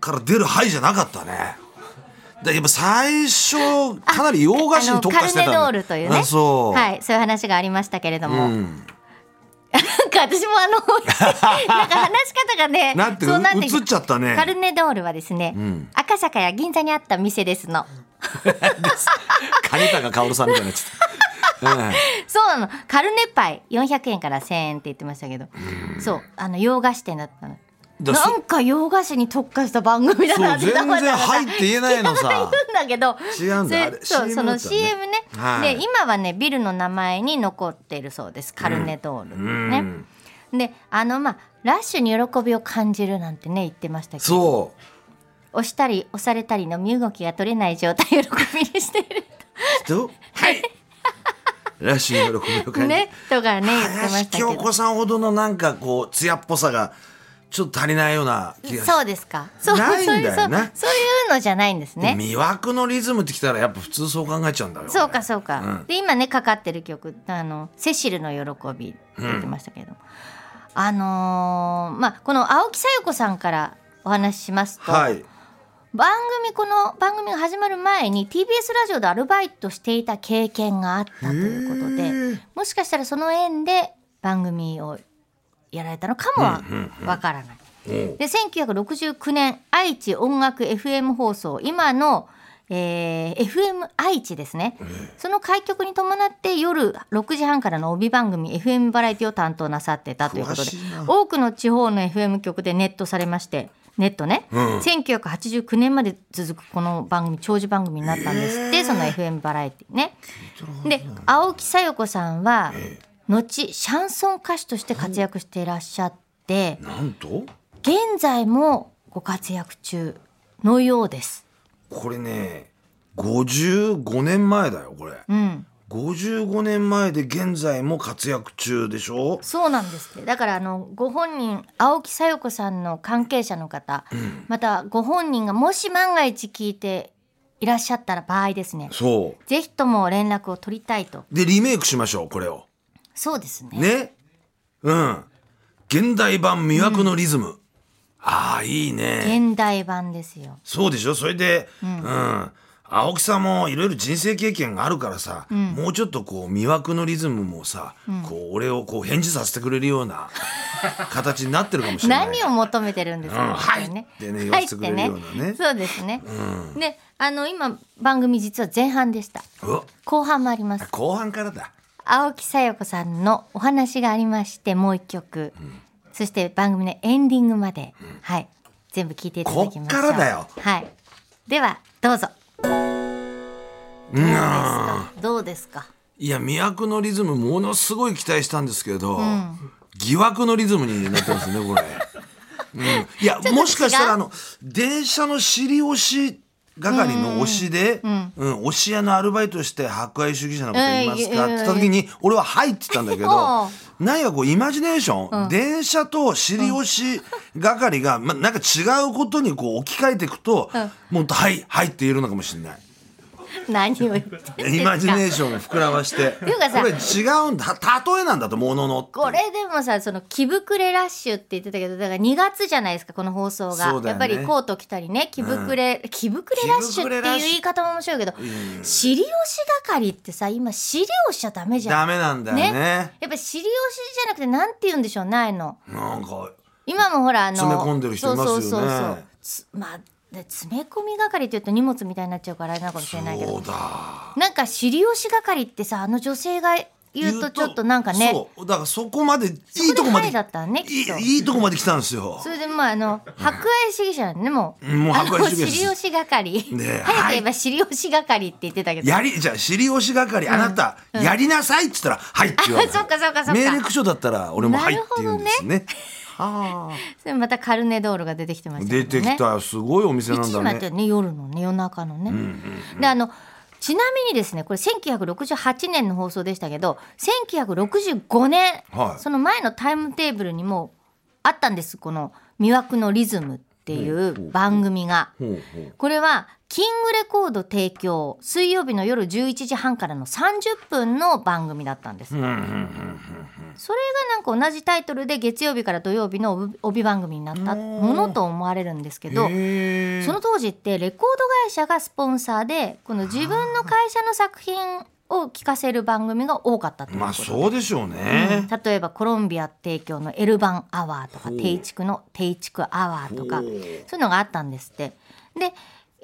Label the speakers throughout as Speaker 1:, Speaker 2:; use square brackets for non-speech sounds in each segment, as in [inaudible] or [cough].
Speaker 1: から出る肺じゃなかったねだやっぱ最初かなり洋菓子に特化してたんだ
Speaker 2: あのカルネドールというね
Speaker 1: あそう、
Speaker 2: はい、そういう話がありましたけれども、
Speaker 1: うん
Speaker 2: なんか私もあ
Speaker 1: [laughs]
Speaker 2: のなんか話し方がね
Speaker 1: なんていう
Speaker 2: そう
Speaker 1: か
Speaker 2: き
Speaker 1: 映っちゃったね
Speaker 2: カルネドールはですね、
Speaker 1: ん
Speaker 2: 赤坂や銀座にあった店ですの
Speaker 1: 金高薫さんみたいになっ
Speaker 2: [laughs]
Speaker 1: ちゃった、うん
Speaker 2: そうなのカルネパイ400円から1000円って言ってましたけど、そうあの洋菓子店だったの
Speaker 1: だそ
Speaker 2: なんか洋菓子に特化した番組だなって
Speaker 1: そう全然
Speaker 2: 黙々
Speaker 1: 入って言えないのさ
Speaker 2: 言うんだけど
Speaker 1: 違うんだあれ
Speaker 2: それそう
Speaker 1: CM
Speaker 2: その
Speaker 1: だったね
Speaker 2: CM ね、
Speaker 1: はい
Speaker 2: で今はねビルの名前に残っているそうですカルネドールね、
Speaker 1: うん
Speaker 2: であのまあラッシュに喜びを感じるなんてね言ってましたけど
Speaker 1: そう
Speaker 2: 押したり押されたりの身動きが取れない状態喜びにしている
Speaker 1: 人
Speaker 2: [laughs]
Speaker 1: はいラッシュの喜びを感じ、
Speaker 2: ねとかね言ってま
Speaker 1: 林
Speaker 2: したけ
Speaker 1: 京
Speaker 2: ど
Speaker 1: 子さんほどのなんかこう艶っぽさがちょっと足りないような気がし
Speaker 2: そうですか。そう
Speaker 1: ないんだよな
Speaker 2: そうそうそういうのじゃないんですね。
Speaker 1: 魅惑のリズムってきたらやっぱ普通そう考えちゃうんだよ
Speaker 2: そうかそうか。
Speaker 1: うん
Speaker 2: で今ねかかってる曲あのセシルの喜びって言ってましたけど、あのーまあこの青木さよ子さんからお話ししますと、
Speaker 1: はい
Speaker 2: 番組この番組が始まる前に TBS ラジオでアルバイトしていた経験があったということ
Speaker 1: へ
Speaker 2: で
Speaker 1: ー、
Speaker 2: もしかしたらその縁で番組をやられたのかもわからない。で1969年愛知音楽 FM 放送今の、えー FM 愛知ですね、その開局に伴って夜6時半からの帯番組 FM バラエティを担当なさってたということ
Speaker 1: 詳
Speaker 2: で
Speaker 1: しいな
Speaker 2: 多くの地方の FM 局でネットされましてネットね、1989年まで続くこの番組長寿番組になったんですって、その FM バラエティね。で青木さよ子さんは、後シャンソン歌手として活躍していらっしゃって
Speaker 1: なんと
Speaker 2: 現在もご活躍中のようです。
Speaker 1: これね55年前だよこれ、
Speaker 2: うん、
Speaker 1: 55年前で現在も活躍中でしょ
Speaker 2: そうなんですってだからあのご本人青木さよ子さんの関係者の方、またご本人がもし万が一聞いていらっしゃったら場合ですね
Speaker 1: そ
Speaker 2: ぜひとも連絡を取りたいと
Speaker 1: うでリメイクしましょうこれを
Speaker 2: そうですね
Speaker 1: ねうん現代版魅惑のリズム、ああいいね
Speaker 2: 現代版ですよ
Speaker 1: そうでしょそれで、うん青木さんもいろいろ人生経験があるからさ、もうちょっとこう魅惑のリズムもさ、こう俺をこう返事させてくれるような形になってるかもしれ [laughs] ない。
Speaker 2: 何を求めてるんですか、
Speaker 1: うんはいってね言わせてくれるようなね
Speaker 2: 入ってそうですね、であの今番組実は前半でした
Speaker 1: うわ
Speaker 2: 後半もあります
Speaker 1: 後半からだ。
Speaker 2: 青木さよ子さんのお話がありましてもう一曲、そして番組のエンディングまで、はい全部聞いていただきましょう
Speaker 1: こっからだよ
Speaker 2: はいではどうぞ
Speaker 1: うん
Speaker 2: どうですか
Speaker 1: いや魅惑のリズムものすごい期待したんですけど、疑惑のリズムになってますねこれ。うん、いやもしかしたらあの電車の尻押し係の推しで、うん推し屋のアルバイトして博愛主義者のこと言いますかって言った時に俺は「はい」って言ったんだけ
Speaker 2: お
Speaker 1: ど
Speaker 2: う
Speaker 1: 何かこうイマジネーション、電車と尻押し係が、ま、なんか違うことにこう置き換えていくと、もっと「はい」「はい」って言えるのかもしれない。
Speaker 2: 何を言って
Speaker 1: [laughs]
Speaker 2: ん
Speaker 1: イマジネー
Speaker 2: シ
Speaker 1: ションを膨らましてこ
Speaker 2: いうかさ
Speaker 1: れ違うんだ例えなんだともののって
Speaker 2: これでもさその着膨れラッシュって言ってたけどだから2月じゃないですかこの放送
Speaker 1: そ
Speaker 2: が、
Speaker 1: うだ
Speaker 2: や
Speaker 1: よ
Speaker 2: っ
Speaker 1: ね
Speaker 2: ぱりコート着たりね着膨れ、着膨れラッシュっていう言い方も面白いけど尻押し係ってさ今尻押しちゃダメじゃ
Speaker 1: ダ
Speaker 2: ん
Speaker 1: メなんだよね
Speaker 2: やっぱ尻押しじゃなくてなんて言うんでしょうないの
Speaker 1: なんか
Speaker 2: 今もほらあの
Speaker 1: 詰め込んでる人いますよね
Speaker 2: そうそうそうそうつまあで詰め込み係って言うと荷物みたいになっちゃうからあれなのかもしれないけ
Speaker 1: そ
Speaker 2: ど
Speaker 1: うだ
Speaker 2: なんか尻押し係ってさあの女性が言うとちょっとなんかね
Speaker 1: そうだからそこまでい
Speaker 2: そ
Speaker 1: い
Speaker 2: ことで
Speaker 1: こま
Speaker 2: ハ
Speaker 1: で
Speaker 2: イだったねきっと
Speaker 1: いいいいとこまで来たんですよ
Speaker 2: それでまああの博愛主義者なんでもう
Speaker 1: うんもう
Speaker 2: あ
Speaker 1: 博
Speaker 2: の
Speaker 1: 愛主義者です
Speaker 2: 尻押し係
Speaker 1: ねえ
Speaker 2: 早く言えば尻押し係って言ってたけど
Speaker 1: やりじゃあ尻押し係あなた、やりなさいっつったら「はい」って言わない
Speaker 2: あそっかそっかそっか
Speaker 1: 命令口調だったら俺も「はい」っ
Speaker 2: な
Speaker 1: て
Speaker 2: るほ
Speaker 1: 言
Speaker 2: ど
Speaker 1: う
Speaker 2: ね
Speaker 1: んですねはあ
Speaker 2: それまたカルネドールが出てきてましたけど
Speaker 1: 出
Speaker 2: ね
Speaker 1: てきたすごいお店な
Speaker 2: 1
Speaker 1: ん
Speaker 2: 時
Speaker 1: だ
Speaker 2: まで
Speaker 1: ね
Speaker 2: やってね夜のね夜中のね。であのちなみにですねこれ1968年の放送でしたけど1965年、
Speaker 1: はい
Speaker 2: その前のタイムテーブルにもあったんですこの「魅惑のリズム」っていう番組が。
Speaker 1: ほうほう
Speaker 2: これはキングレコード提供水曜日の夜11時半からの30分の番組だったんです、それがなんか同じタイトルで月曜日から土曜日の帯帯番組になったものと思われるんですけど
Speaker 1: へえ
Speaker 2: その当時ってレコード会社がスポンサーでこの自分の会社の作品を聴かせる番組が多かったということ
Speaker 1: まあ
Speaker 2: で
Speaker 1: そうでしょうね、
Speaker 2: 例えばコロンビア提供のエルバンアワーとか
Speaker 1: ほう
Speaker 2: 定畜の定畜アワーとか
Speaker 1: ほ
Speaker 2: そう
Speaker 1: う
Speaker 2: いうのがあったんですって。で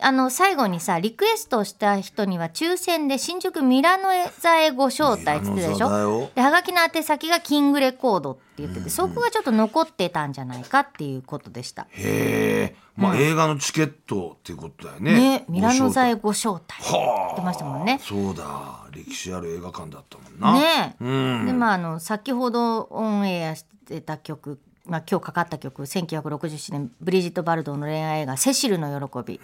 Speaker 2: あの最後にさリクエストした人には抽選で新宿ミラノ座へご招待って言ってたでし
Speaker 1: ミラノ座だ
Speaker 2: ょ
Speaker 1: よ
Speaker 2: ではがきの宛先がキングレコードって言っててそこがちょっと残ってたんじゃないかっていうことでした。
Speaker 1: へえ、まあ、映画のチケットっていうことだよね。
Speaker 2: ねミラノ座へ
Speaker 1: 財
Speaker 2: ご招待って言ってましたもんね。
Speaker 1: そうだ、歴史ある映画館だったもんな。
Speaker 2: ねえ、
Speaker 1: うん
Speaker 2: でまああの先ほどオンエアしてた曲まあ、今日かかった曲1967年ブリジット・バルドーの恋愛映画「セシルの喜び」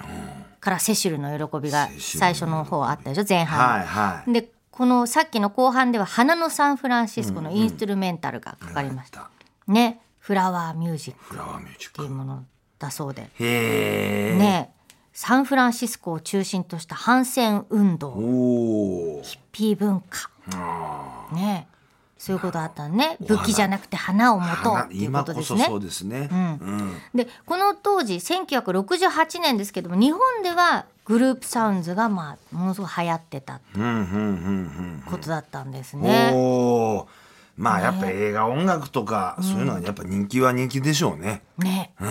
Speaker 2: から「セシルの喜び」が最初の方あったでしょ前半の、
Speaker 1: はいはい。
Speaker 2: でこのさっきの後半では「花のサンフランシスコ」のインストゥルメンタルがかかりました、ね「フラワーミュージック」
Speaker 1: フラワーミュージッ
Speaker 2: っていう
Speaker 1: ク。
Speaker 2: ものだそうで、
Speaker 1: へえ。
Speaker 2: ねえサンフランシスコを中心とした反戦運動、
Speaker 1: おおー。
Speaker 2: ピー文化。ねえそういうことあったね。武器じゃなくて花を持とうっていうこ
Speaker 1: 今
Speaker 2: と
Speaker 1: こ
Speaker 2: です
Speaker 1: そ
Speaker 2: ね
Speaker 1: そ。うですね。うん。
Speaker 2: でこの当時1968年ですけども日本ではグループサウンズがまあものすごい流行ってた
Speaker 1: うんうんうん
Speaker 2: ことだったんです
Speaker 1: うん。お
Speaker 2: ね。
Speaker 1: おー。まあやっぱ映画音楽とかそういうのはやっぱ人気は人気でしょうね。
Speaker 2: ね
Speaker 1: うん。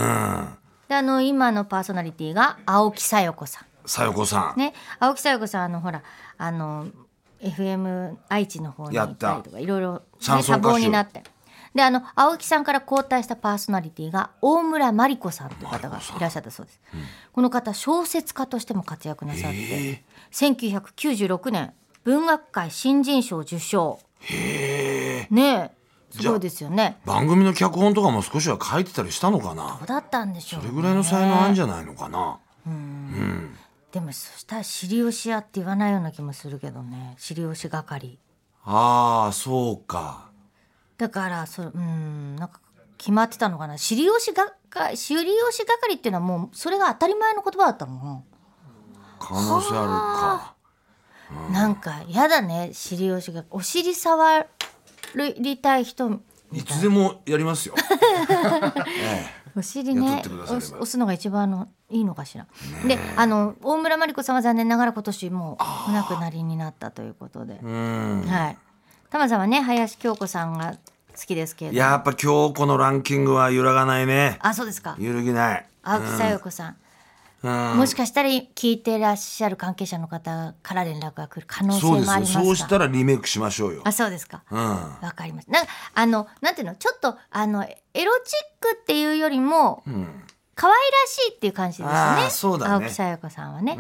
Speaker 2: であの今のパーソナリティが青木さよ子さん。
Speaker 1: さよこさん。
Speaker 2: ね、青木さよ子さんあのほらあの FM 愛知の方に行ったりとかいろいろ、ね、
Speaker 1: シャンソ
Speaker 2: 多
Speaker 1: ン歌手
Speaker 2: 忙になってであの青木さんから交代したパーソナリティが大村真理子さんという方がいらっしゃったそうです、この方小説家としても活躍なさって、1996年文学界新人賞受賞ねえすごいですよね
Speaker 1: 番組の脚本とかも少しは書いてたりしたのかな
Speaker 2: ど。うだったんでしょう、ね、
Speaker 1: それぐらいの才能あるんじゃないのかな。
Speaker 2: でもそしたら尻押し屋って言わないような気もするけどね尻押し係
Speaker 1: ああそうか。
Speaker 2: だからそれうんなんか決まってたのかな知り押し係知り押し係っていうのはもうそれが当たり前の言葉だったも
Speaker 1: 可能性あ
Speaker 2: ん、なんかやだね知り押しがお尻触りたい人
Speaker 1: るか。いつでもやり
Speaker 2: [laughs]
Speaker 1: ますよ。
Speaker 2: お尻ね
Speaker 1: 雇ってくだされば
Speaker 2: 押す押すのが一番あのいいのかしら、であの大村真理子さんは残念ながら今年もうお亡くなりになったということで、
Speaker 1: うん。
Speaker 2: はい玉さんはね林京子さんが好きですけれども
Speaker 1: やっぱ今日このランキングは揺らがないね。
Speaker 2: あそうですか
Speaker 1: 揺るぎない。
Speaker 2: 青木さよ子さん
Speaker 1: うん。
Speaker 2: もしかしたら聞いてらっしゃる関係者の方から連絡が来る可能性
Speaker 1: そう
Speaker 2: も
Speaker 1: です
Speaker 2: あり
Speaker 1: よ。
Speaker 2: ますか
Speaker 1: そうしたらリメイクしましょうよ
Speaker 2: あ。そうですか
Speaker 1: うん。あ
Speaker 2: わかりますなんかあのなんていうのちょっとあのエロチックっていうよりも、可愛らしいっていう感じですね
Speaker 1: あーそうだね
Speaker 2: 青木さやかさんはね、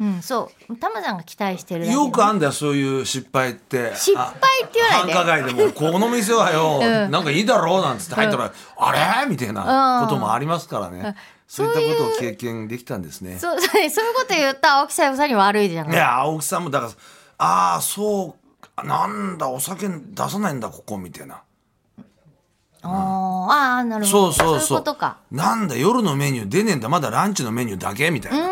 Speaker 2: うん、そうタマさんが期待してるだけ
Speaker 1: よくあんだよそういう失敗って
Speaker 2: 失敗って言わないで
Speaker 1: あ繁華街でもこの店は
Speaker 2: [laughs]
Speaker 1: よ、なんかいいだろうなんつって入ったら、あれみたいなこともありますからね、そういったことを経験できたんですね
Speaker 2: そうそうそういうこと言った青木さよさんに悪いじゃ
Speaker 1: い
Speaker 2: ない
Speaker 1: や青木さんもだからああそうなんだお酒出さないんだここみたいな
Speaker 2: あーあーなるほ
Speaker 1: そう
Speaker 2: ど
Speaker 1: そうそう
Speaker 2: いうことか
Speaker 1: なんだ夜のメニュー出ねえんだまだランチのメニューだけみたいなっ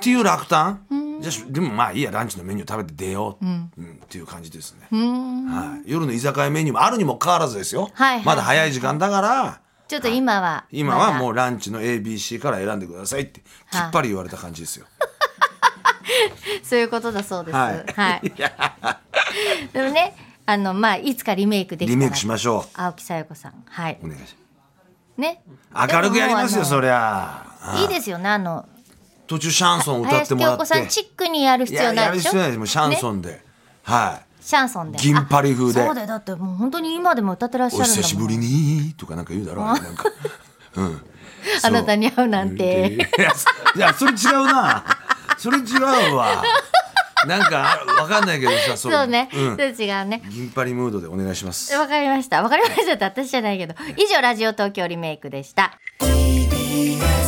Speaker 1: ていう落胆じゃあしでもまあいいやランチのメニュー食べて出よう、うんっていう感じですね、はい、夜の居酒屋メニューもあるにもかかわらずですよ、
Speaker 2: はいはい
Speaker 1: まだ早い時間だから
Speaker 2: ちょっと今は
Speaker 1: 今はも
Speaker 2: う
Speaker 1: うランチの ABC から選んでくださいってきっぱり言われた感じですよ、
Speaker 2: そういうことだそうですは
Speaker 1: はいい、
Speaker 2: でもねあのまあいつかリメイクできたら
Speaker 1: リメイクしましょ
Speaker 2: 青木さよこさんはいう
Speaker 1: お願いし
Speaker 2: ね
Speaker 1: ます明るくやりますよ
Speaker 2: でも
Speaker 1: そ
Speaker 2: もう
Speaker 1: りゃ
Speaker 2: あのいいですよねあの
Speaker 1: 途中シャンソン歌って
Speaker 2: 林
Speaker 1: もら
Speaker 2: 京
Speaker 1: って
Speaker 2: 子さんチックにやる必要
Speaker 1: いや
Speaker 2: な
Speaker 1: や
Speaker 2: い
Speaker 1: る
Speaker 2: でしょ
Speaker 1: 必要ないですもうシャンソンで、はい
Speaker 2: シャンソンで
Speaker 1: 銀パリ風で
Speaker 2: あそうだよだってもう本当に今でも歌ってらっしゃ
Speaker 1: お
Speaker 2: るんだもん
Speaker 1: 久しぶりにとかなんか言うだろうね
Speaker 2: [laughs]
Speaker 1: なんか
Speaker 2: あなたに会うなん
Speaker 1: い
Speaker 2: て
Speaker 1: やいやそれ違 [laughs] うなそれ違うわなんかわかんないけどさそ
Speaker 2: そうね、
Speaker 1: うん
Speaker 2: それ違うね
Speaker 1: 銀パリムードでお願いします
Speaker 2: わかりましたわかりましたって私じゃないけど以上ラジオ東京リメイクでした
Speaker 3: TBS